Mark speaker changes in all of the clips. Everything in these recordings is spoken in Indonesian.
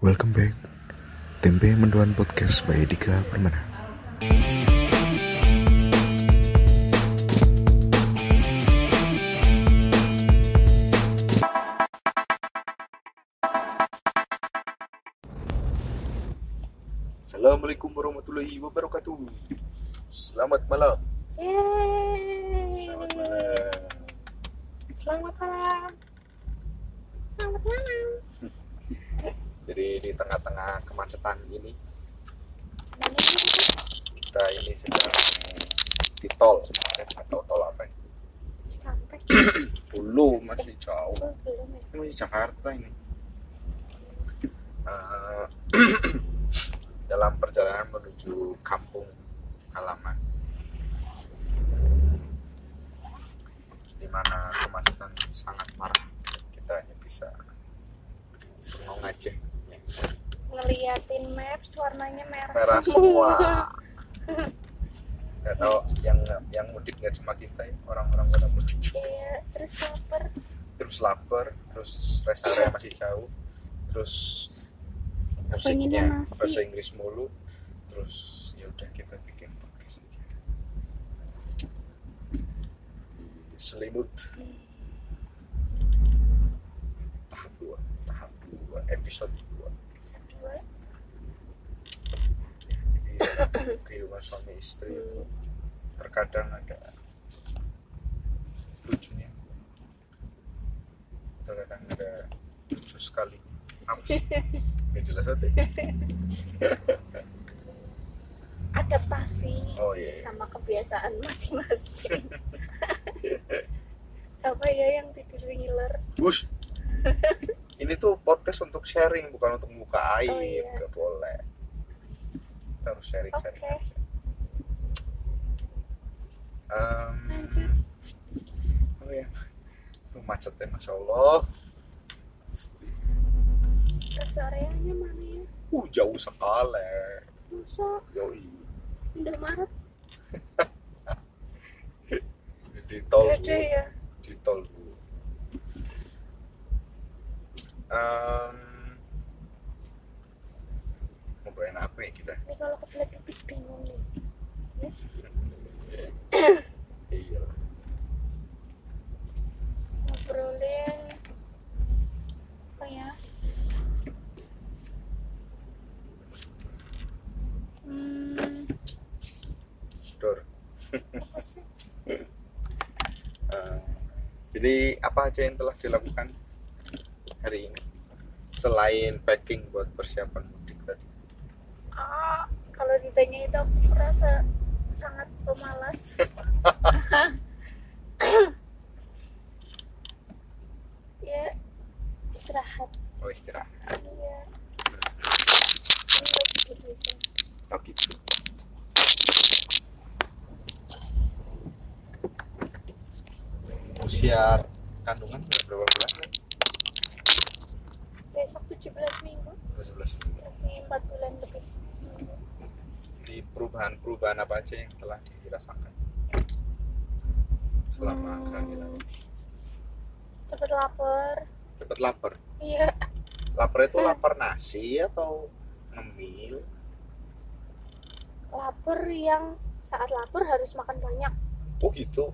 Speaker 1: Welcome back. Tempe Mendoan Podcast by Dika Permana. Assalamualaikum warahmatullahi wabarakatuh. Selamat malam.
Speaker 2: Yeay.
Speaker 1: Selamat malam.
Speaker 2: Selamat malam. Selamat malam.
Speaker 1: Jadi di tengah-tengah kemacetan ini kita ini sedang di tol atau tol apa ini?
Speaker 2: Sampai
Speaker 1: Belum masih jauh.
Speaker 2: belum belum ya.
Speaker 1: Ini masih Jakarta ini. Eh, dalam perjalanan menuju kampung halaman di mana kemacetan sangat marah dan kita hanya bisa bengong aja ya.
Speaker 2: Ngeliatin maps warnanya merah,
Speaker 1: merah semua nggak tahu yang yang mudik nggak cuma kita ya orang-orang pada mudik juga.
Speaker 2: Iya, terus lapar.
Speaker 1: terus lapar terus rest area masih jauh terus musiknya
Speaker 2: Pengennya nasi.
Speaker 1: bahasa Inggris mulu terus ya udah kita bikin podcast aja selimut tahap dua tahap dua episode dua
Speaker 2: Pesan dua.
Speaker 1: jadi kehidupan suami istri itu terkadang ada lucunya terkadang ada lucu sekali apa sih Nggak jelas banget ya?
Speaker 2: Adaptasi
Speaker 1: oh iya
Speaker 2: sama kebiasaan masing-masing. sama ya yang tidur ngiler.
Speaker 1: bus ini tuh podcast untuk sharing bukan untuk buka aib
Speaker 2: Oh, iya.
Speaker 1: nggak boleh Kita harus sharing
Speaker 2: Oke.
Speaker 1: sharing aja Em,
Speaker 2: Lanjut.
Speaker 1: oh ya Aduh, macetnya masya allah
Speaker 2: Terus areanya mana ya?
Speaker 1: uh jauh sekali
Speaker 2: Masa
Speaker 1: yoi
Speaker 2: Indomaret
Speaker 1: di tol gitu.
Speaker 2: gede
Speaker 1: iya.
Speaker 2: ya?
Speaker 1: di tol dulu. Em, ngobrolin apa ya kita
Speaker 2: Ini kalau kebelet pipis bingung nih.
Speaker 1: iya
Speaker 2: ngobrolin apa ya hmm
Speaker 1: dor
Speaker 2: apa sih
Speaker 1: Eh, jadi apa aja yang telah dilakukan hari ini selain packing buat persiapan mudik tadi
Speaker 2: ah kalau ditanya itu aku merasa sangat pemalas ya istirahat
Speaker 1: oh istirahat
Speaker 2: ya Ini lagi gitu sih.
Speaker 1: oh gitu usia kandungan udah berapa bulan ya?
Speaker 2: besok 17 minggu
Speaker 1: Udah 11 minggu.
Speaker 2: berarti 4 bulan lebih seminggu.
Speaker 1: di perubahan-perubahan apa aja yang telah dirasakan selama
Speaker 2: Hmm.
Speaker 1: kehamilan
Speaker 2: cepet lapar
Speaker 1: cepet lapar
Speaker 2: iya
Speaker 1: lapar itu lapar nasi atau ngemil
Speaker 2: lapar yang saat lapar harus makan banyak.
Speaker 1: oh gitu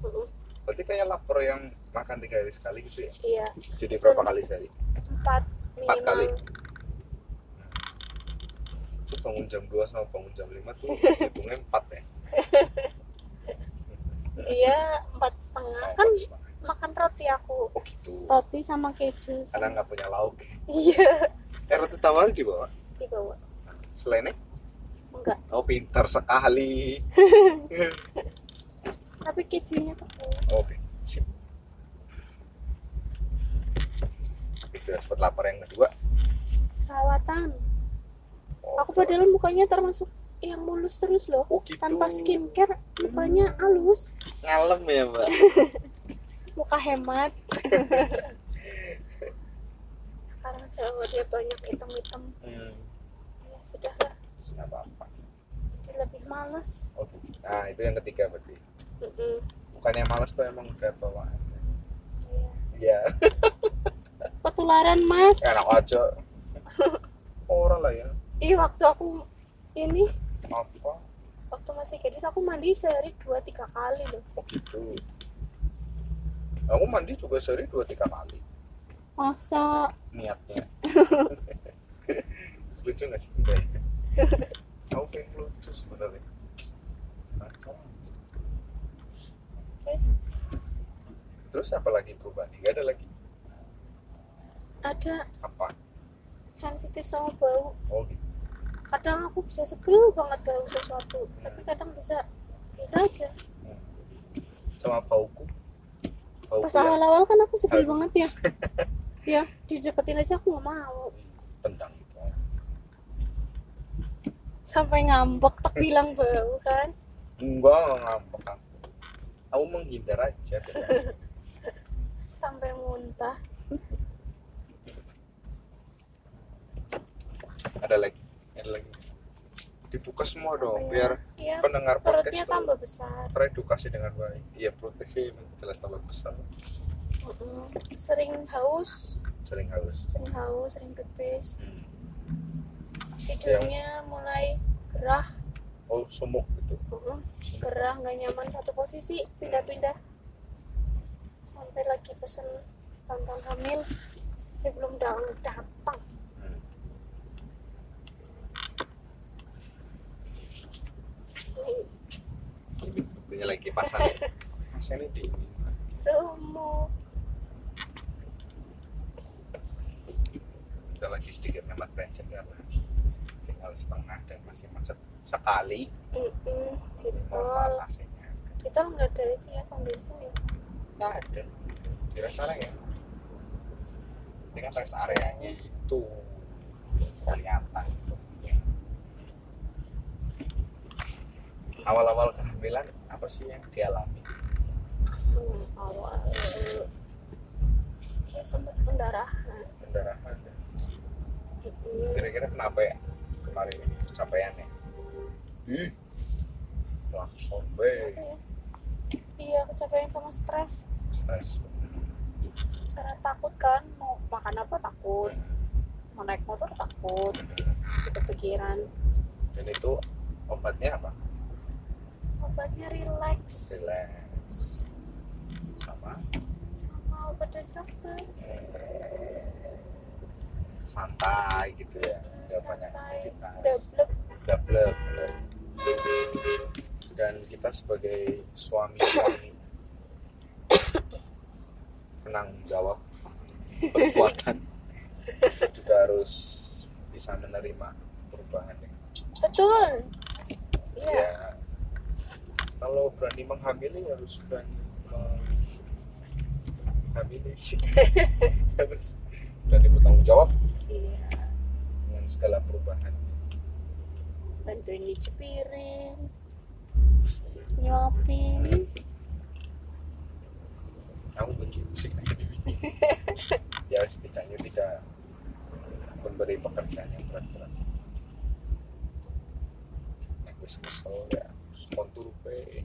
Speaker 2: Mm-mm.
Speaker 1: berarti kayak lapar yang makan tiga hari sekali gitu ya
Speaker 2: Iya,
Speaker 1: jadi berapa kali sehari
Speaker 2: empat
Speaker 1: Empat
Speaker 2: minimal.
Speaker 1: kali. itu bangun jam 2 sama bangun jam 5 tuh hitungnya 4 ya
Speaker 2: Iya, empat setengah kan makan roti aku.
Speaker 1: oh gitu
Speaker 2: Roti sama keju.
Speaker 1: karena
Speaker 2: sama-
Speaker 1: nggak punya lauk ya
Speaker 2: Iya,
Speaker 1: eh roti tawar di bawah
Speaker 2: dibawa.
Speaker 1: selainnya
Speaker 2: Enggak,
Speaker 1: oh pintar sekali
Speaker 2: tapi kejunya tepung.
Speaker 1: Oh, Oke, sip. Itu ya, sempat lapar yang kedua.
Speaker 2: Serawatan.
Speaker 1: Oh,
Speaker 2: Aku padahal mukanya termasuk yang mulus terus loh.
Speaker 1: oh, gitu. Hmm.
Speaker 2: Tanpa skincare, mukanya halus,
Speaker 1: Ngalem ya, Mbak.
Speaker 2: muka hemat. Sekarang jerawatnya banyak hitam-hitam.
Speaker 1: Hmm,
Speaker 2: Ya sudah lah,
Speaker 1: nggak apa-apa.
Speaker 2: jadi lebih males.
Speaker 1: Oke. Nah, itu yang ketiga berarti.
Speaker 2: Mm-mm.
Speaker 1: Bukannya malas tuh emang udah bawaan.
Speaker 2: Iya.
Speaker 1: Iya,
Speaker 2: Ketularan mas.
Speaker 1: enak aja.
Speaker 2: Ih, waktu aku ini
Speaker 1: ya. apa
Speaker 2: waktu masih gadis aku mandi sehari dua tiga kali loh.
Speaker 1: oh gitu aku mandi juga sehari dua tiga kali
Speaker 2: Masa
Speaker 1: niatnya lucu gak sih enggak ya aku pengen lucu sebenarnya Nah, kamu-
Speaker 2: guys
Speaker 1: terus apa lagi perubahan gak ada lagi
Speaker 2: ada
Speaker 1: apa
Speaker 2: sensitif sama bau.
Speaker 1: oh gitu
Speaker 2: Kadang aku bisa sebel banget bau sesuatu, tapi kadang bisa bisa aja.
Speaker 1: sama pauku pauku
Speaker 2: Pas
Speaker 1: yang
Speaker 2: awal-awal kan aku sebel
Speaker 1: Aduh.
Speaker 2: banget ya. ya, dideketin aja aku nggak mau.
Speaker 1: tendang gitu
Speaker 2: Sampai ngambek tak bilang bau kan.
Speaker 1: enggak enggak ngambek aku aku menghindar aja biar-
Speaker 2: Sampai muntah.
Speaker 1: ada lagi ada lagi dibuka semua dong Oh,
Speaker 2: Apa ya?
Speaker 1: biar
Speaker 2: Iya,
Speaker 1: pendengar podcast
Speaker 2: perutnya
Speaker 1: tuh
Speaker 2: tambah besar.
Speaker 1: teredukasi dengan baik iya perutnya sih jelas tambah besar
Speaker 2: Mm-mm. Sering haus,
Speaker 1: sering haus
Speaker 2: sering haus, sering pipis.
Speaker 1: Hmm.
Speaker 2: Tidurnya mulai gerah,
Speaker 1: oh sumuk gitu
Speaker 2: Mm-mm. gerah nggak nyaman satu posisi, pindah-pindah. Sampai lagi pesen tentang hamil, dia belum datang. datang.
Speaker 1: Hmm.
Speaker 2: Ini
Speaker 1: Buktinya lagi pasannya pasannya di
Speaker 2: Seumur
Speaker 1: kita lagi sedikit hemat bensin karena tinggal setengah dan masih macet sekali
Speaker 2: Mm-mm.
Speaker 1: normal
Speaker 2: Jitol
Speaker 1: AC-nya
Speaker 2: Jitol nggak ada itu ya pembensin ya
Speaker 1: nggak ada di rest area ya dengan rest areanya itu ternyata itu awal-awal kehamilan apa sih yang dialami
Speaker 2: Hmm, awal ya sempat pendarahan
Speaker 1: pendarahan
Speaker 2: Mm-mm.
Speaker 1: kira-kira kenapa ya kemarin ini pencapaiannya ih langsung
Speaker 2: Apa
Speaker 1: be
Speaker 2: ya? iya kecapean sama stres
Speaker 1: stres
Speaker 2: karena takut kan mau makan apa takut mau naik motor takut Gitu jadi kepikiran
Speaker 1: dan itu obatnya apa
Speaker 2: obatnya relax
Speaker 1: relax sama
Speaker 2: sama obat dari dokter
Speaker 1: santai gitu ya nggak banyak
Speaker 2: Santai.
Speaker 1: aktivitas
Speaker 2: double
Speaker 1: double dan kita sebagai suami suami penanggung jawab perbuatan juga harus bisa menerima perubahan ya.
Speaker 2: betul Iya,
Speaker 1: ya kalau berani menghamili harus berani menghamili harus berani bertanggung jawab
Speaker 2: iya
Speaker 1: dengan segala perubahan
Speaker 2: bantuin nyuci piring nyuapin
Speaker 1: kamu begitu sih ya setidaknya tidak memberi pekerjaan yang berat-berat aku kesel ya semua turupe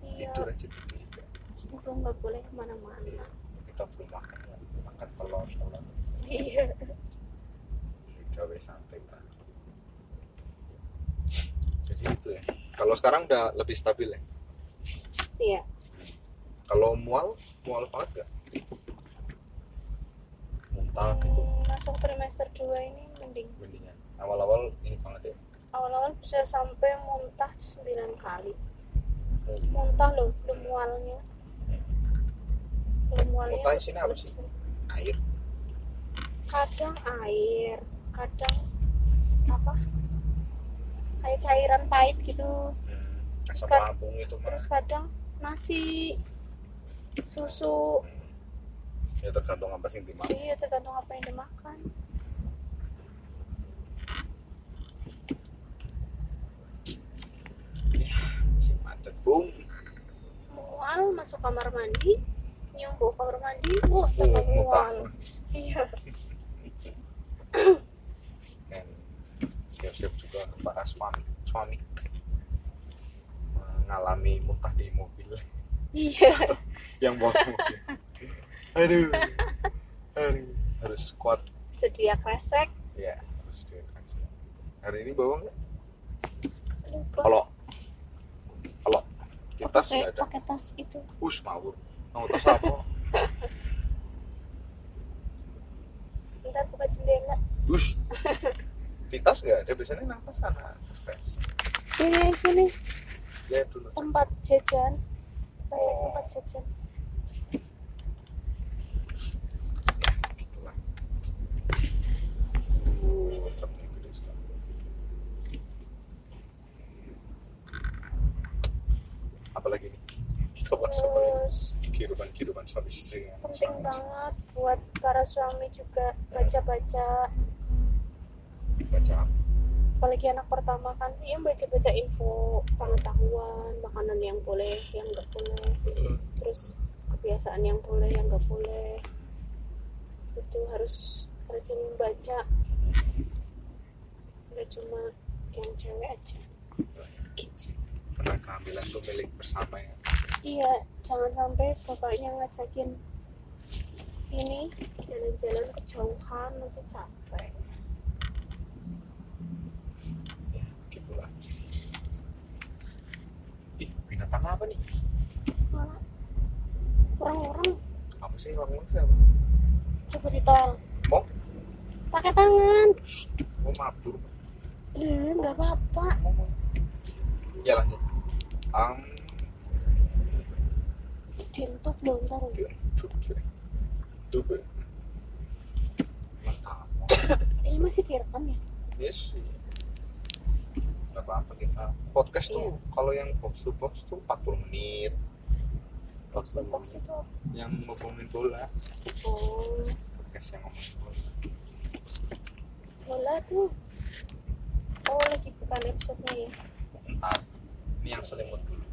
Speaker 2: iya
Speaker 1: tidur aja tidur ya.
Speaker 2: burung nggak boleh kemana-mana
Speaker 1: kita belum makan ya. makan telur telur
Speaker 2: iya
Speaker 1: gawe santai lah jadi itu ya kalau sekarang udah lebih stabil ya
Speaker 2: iya
Speaker 1: kalau mual mual banget gak muntah gitu
Speaker 2: Hmm, masuk trimester 2 ini mending
Speaker 1: mendingan awal-awal ini banget ya
Speaker 2: awal-awal bisa sampai muntah 9 kali
Speaker 1: Hmm.
Speaker 2: muntah loh lemualnya lemualnya
Speaker 1: Muntah isinya apa sih? air
Speaker 2: kadang air kadang apa kayak cairan pahit gitu
Speaker 1: hmm, asam
Speaker 2: Kan-
Speaker 1: lambung itu mas
Speaker 2: terus kadang nasi susu
Speaker 1: ya tergantung apa sih yang dimakan
Speaker 2: iya tergantung apa yang dimakan
Speaker 1: si macet bung
Speaker 2: mual masuk kamar mandi nyembuh kamar mandi
Speaker 1: Oh,
Speaker 2: wah tambah
Speaker 1: muntah
Speaker 2: mual iya
Speaker 1: dan siap-siap juga para suami suami mengalami muntah di mobil
Speaker 2: iya
Speaker 1: yang bawa mobil aduh aduh harus kuat
Speaker 2: sedia kresek
Speaker 1: ya harus dikasih hari ini bawa nggak
Speaker 2: lupa
Speaker 1: kalau kalau di tas
Speaker 2: pakai,
Speaker 1: nggak ada
Speaker 2: pakai tas itu
Speaker 1: us ngawur mau tas apa
Speaker 2: ntar buka jendela
Speaker 1: us di tas nggak ada biasanya nang tas sana tas tas
Speaker 2: ini sini
Speaker 1: ya dulu
Speaker 2: tempat jajan Masih
Speaker 1: Oh.
Speaker 2: tempat jajan
Speaker 1: gitulah Uh, truknya gede sekali. apalagi nih kita bahas apa lagi?
Speaker 2: terus
Speaker 1: kehidupan kehidupan suami istri ya.
Speaker 2: penting banget buat para suami juga baca-baca
Speaker 1: baca apa?
Speaker 2: apalagi anak pertama kan yang baca-baca info pengetahuan makanan yang boleh yang nggak boleh terus kebiasaan yang boleh yang nggak boleh itu harus rajin baca nggak cuma yang cewek aja
Speaker 1: karena kehamilan tuh milik bersama ya
Speaker 2: iya jangan sampai bapaknya ngajakin ini jalan-jalan ke Jongkang nanti capek
Speaker 1: gitulah ih binatang apa nih
Speaker 2: malah orang-orang
Speaker 1: apa sih orang manusia apa
Speaker 2: coba ditol
Speaker 1: Mau?
Speaker 2: pakai tangan
Speaker 1: mau mabur
Speaker 2: Lu nggak apa-apa.
Speaker 1: mau mau ya lanjut um,
Speaker 2: Ditutup belum taruh.
Speaker 1: tuh mantap
Speaker 2: Ini masih direkam ya?
Speaker 1: yes nggak apa-apa kita podcast tuh kalau yang box to box tuh 40 menit
Speaker 2: Box to box ya? itu.
Speaker 1: yang ngomongin bola
Speaker 2: Oh,
Speaker 1: podcast yang ngomongin bola
Speaker 2: bola tuh. Oh, lagi bukan episode-nya ya.
Speaker 1: Entar. Ini yang selimut dulu.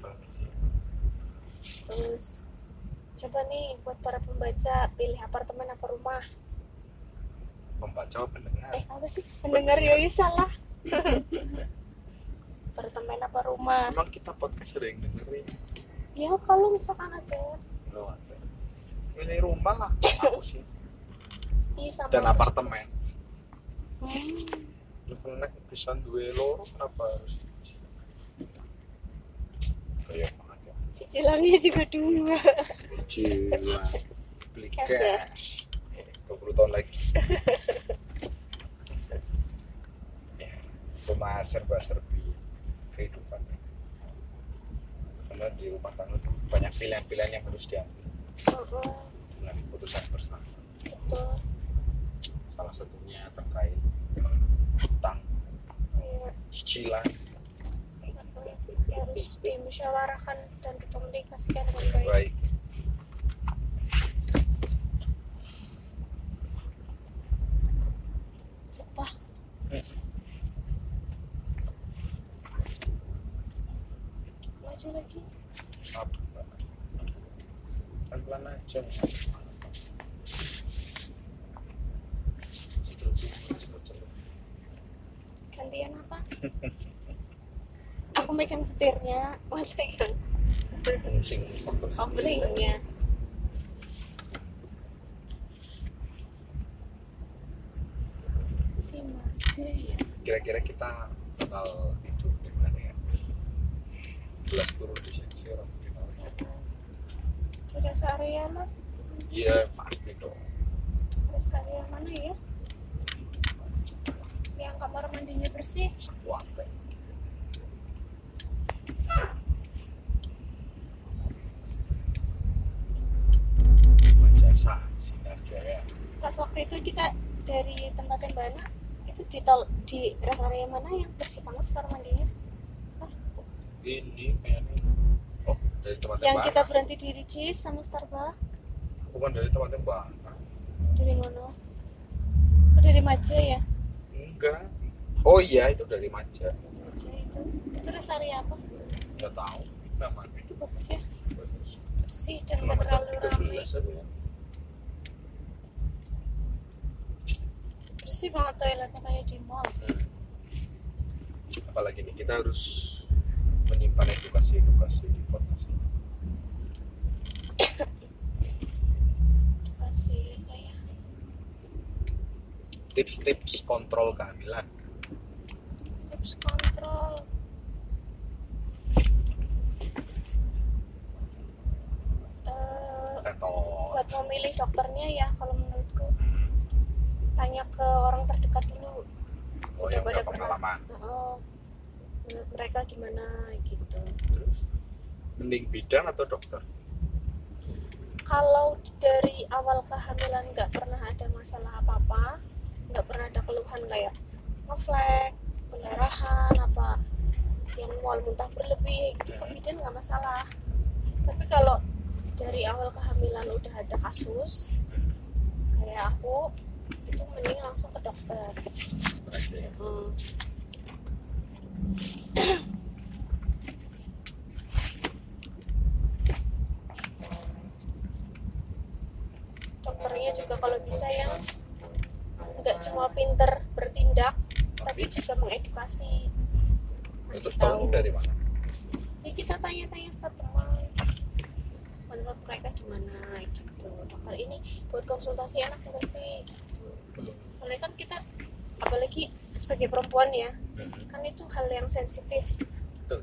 Speaker 1: Bagus ya.
Speaker 2: Terus coba nih buat para pembaca pilih apartemen apa rumah.
Speaker 1: Pembaca apa pendengar.
Speaker 2: Eh, apa sih? Pendengar ya, ya salah. apartemen apa rumah?
Speaker 1: Emang kita podcast ada yang dengerin.
Speaker 2: Ya kalau misalkan ada
Speaker 1: Loh, ada. Ini rumah lah aku sih
Speaker 2: Ih, sama
Speaker 1: dan apartemen.
Speaker 2: Hmm,
Speaker 1: Lu nek bisa duwe loro kenapa harus Iya, makanya.
Speaker 2: cicilannya juga dua.
Speaker 1: Cila. Beli
Speaker 2: Cash ya?
Speaker 1: cash. 20 tahun lagi. ya, rumah serba-serbi kehidupan. Karena di rumah tangga tuh banyak pilihan-pilihan yang harus diambil
Speaker 2: Oh, oh,
Speaker 1: dengan keputusan bersama.
Speaker 2: betul.
Speaker 1: Salah satunya terkait hutang,
Speaker 2: Iya.
Speaker 1: cicilan,
Speaker 2: harus dimusyawarahkan dan dikomunikasikan dengan
Speaker 1: yang
Speaker 2: baik.
Speaker 1: baik.
Speaker 2: Cepah.
Speaker 1: Hmm.
Speaker 2: Maju lagi.
Speaker 1: Apa? Pelan-pelan aja. Celup-celup.
Speaker 2: Gantian apa? Aku megang setirnya, Mas megang
Speaker 1: Pusing.
Speaker 2: komplingnya. Si Maju ya.
Speaker 1: kira-kira kita bakal tidur di mana ya jelas turun di sini sih orang di bawahnya.
Speaker 2: Udah seharian lah.
Speaker 1: iya pasti dong
Speaker 2: Udah seharian mana ya? Yang kamar mandinya bersih.
Speaker 1: sekuat deh jasa sinar jaya
Speaker 2: pas waktu itu kita dari tempat yang mana itu di tol di rest area mana yang bersih banget kamar mandinya
Speaker 1: ini kayaknya oh dari tempat
Speaker 2: yang
Speaker 1: yang mana
Speaker 2: kita berhenti di Ricis sama Starbucks
Speaker 1: bukan dari tempat yang mana
Speaker 2: dari mana oh dari Maja ya
Speaker 1: enggak oh iya itu dari Maja
Speaker 2: Maja itu itu rest area apa
Speaker 1: nggak tahu namanya
Speaker 2: itu bagus ya
Speaker 1: bagus
Speaker 2: bersih dan nggak
Speaker 1: kilometer
Speaker 2: terlalu ramai
Speaker 1: 13 apa ya
Speaker 2: bersih banget toiletnya kayak di mall
Speaker 1: Hmm. apalagi nih kita harus menyimpan edukasi edukasi informasi
Speaker 2: kasih kayak
Speaker 1: tips-tips kontrol kehamilan
Speaker 2: tips kontrol Eh,
Speaker 1: atau
Speaker 2: buat memilih dokternya ya kalau menurutku tanya ke orang terdekat dulu
Speaker 1: oh, yang
Speaker 2: Udah
Speaker 1: udah
Speaker 2: pada pernah.
Speaker 1: pengalaman
Speaker 2: Heeh. menurut mereka gimana gitu
Speaker 1: terus mending bidan atau dokter
Speaker 2: kalau dari awal kehamilan nggak pernah ada masalah apa apa nggak pernah ada keluhan kayak ngeflek pendarahan apa yang mual muntah berlebih gitu ke bidan nggak masalah tapi kalau dari awal kehamilan udah ada kasus kayak aku itu mending langsung ke dokter
Speaker 1: Sebenarnya.
Speaker 2: Hmm. Dokternya juga kalau bisa yang nggak cuma pinter bertindak, tapi juga mengedukasi. Masih
Speaker 1: terus tahu
Speaker 2: tahu.
Speaker 1: dari mana
Speaker 2: Ya kita tanya-tanya ke teman menurut mereka gimana gitu dokter ini buat konsultasi anak nggak sih gitu. soalnya kan kita apalagi sebagai perempuan ya kan itu hal yang sensitif
Speaker 1: Betul.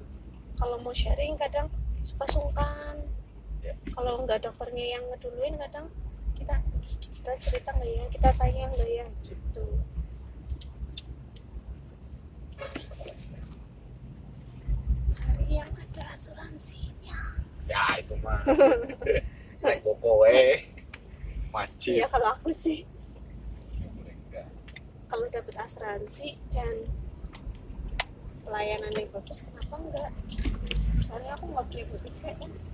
Speaker 2: kalau mau sharing kadang suka sungkan
Speaker 1: Ya.
Speaker 2: kalau nggak dokternya yang ngeduluin kadang kita kita cerita nggak ya kita tanya nggak ya gitu hari yang ada asuransinya
Speaker 1: ya itu mah naik koko weh wajib
Speaker 2: ya kalau aku sih
Speaker 1: Enggak.
Speaker 2: kalau dapat asuransi dan pelayanan yang bagus kenapa enggak soalnya aku nggak punya BPJS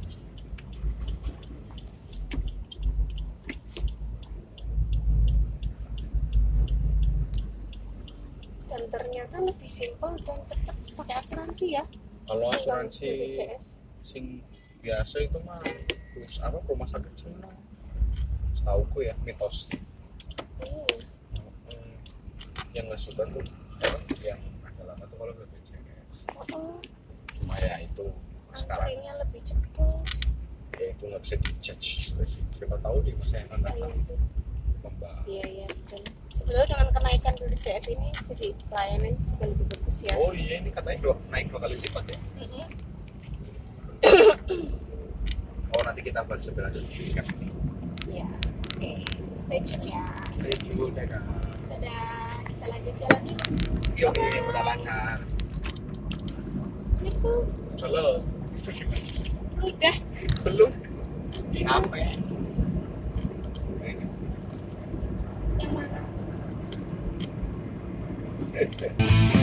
Speaker 2: dan ternyata lebih simpel dan cepat pakai asuransi ya
Speaker 1: kalau
Speaker 2: ketimbang
Speaker 1: Oh, asuransi
Speaker 2: BPJS
Speaker 1: sing biasa itu mah terus apa rumah sakit Cina setauku ya mitos
Speaker 2: hmm.
Speaker 1: Hmm, yang nggak suka tuh orang yang agak lama tuh kalau BPJS
Speaker 2: oh, oh.
Speaker 1: cuma ya itu sekarang
Speaker 2: antrinya lebih cepat
Speaker 1: ya itu nggak bisa dijudge juga sih siapa tahu di masa yang akan
Speaker 2: iya
Speaker 1: datang
Speaker 2: sih
Speaker 1: membahas
Speaker 2: iya iya betul sebetulnya dengan kenaikan BPJS ini jadi pelayanan juga lebih bagus ya Mm-hmm.
Speaker 1: oh iya ini katanya dua, naik dua kali lipat ya
Speaker 2: Mm-mm.
Speaker 1: oh nanti kita bahas lebih lanjut Siap.
Speaker 2: Iya. Oke, stay tune ya.
Speaker 1: stay tune dadah
Speaker 2: Dadah, kita lanjut jalan yuk.
Speaker 1: yuk yuk, udah lancar
Speaker 2: Itu
Speaker 1: belum itu gimana sih?
Speaker 2: udah.
Speaker 1: belum di HP
Speaker 2: Yang mana?
Speaker 1: Ini.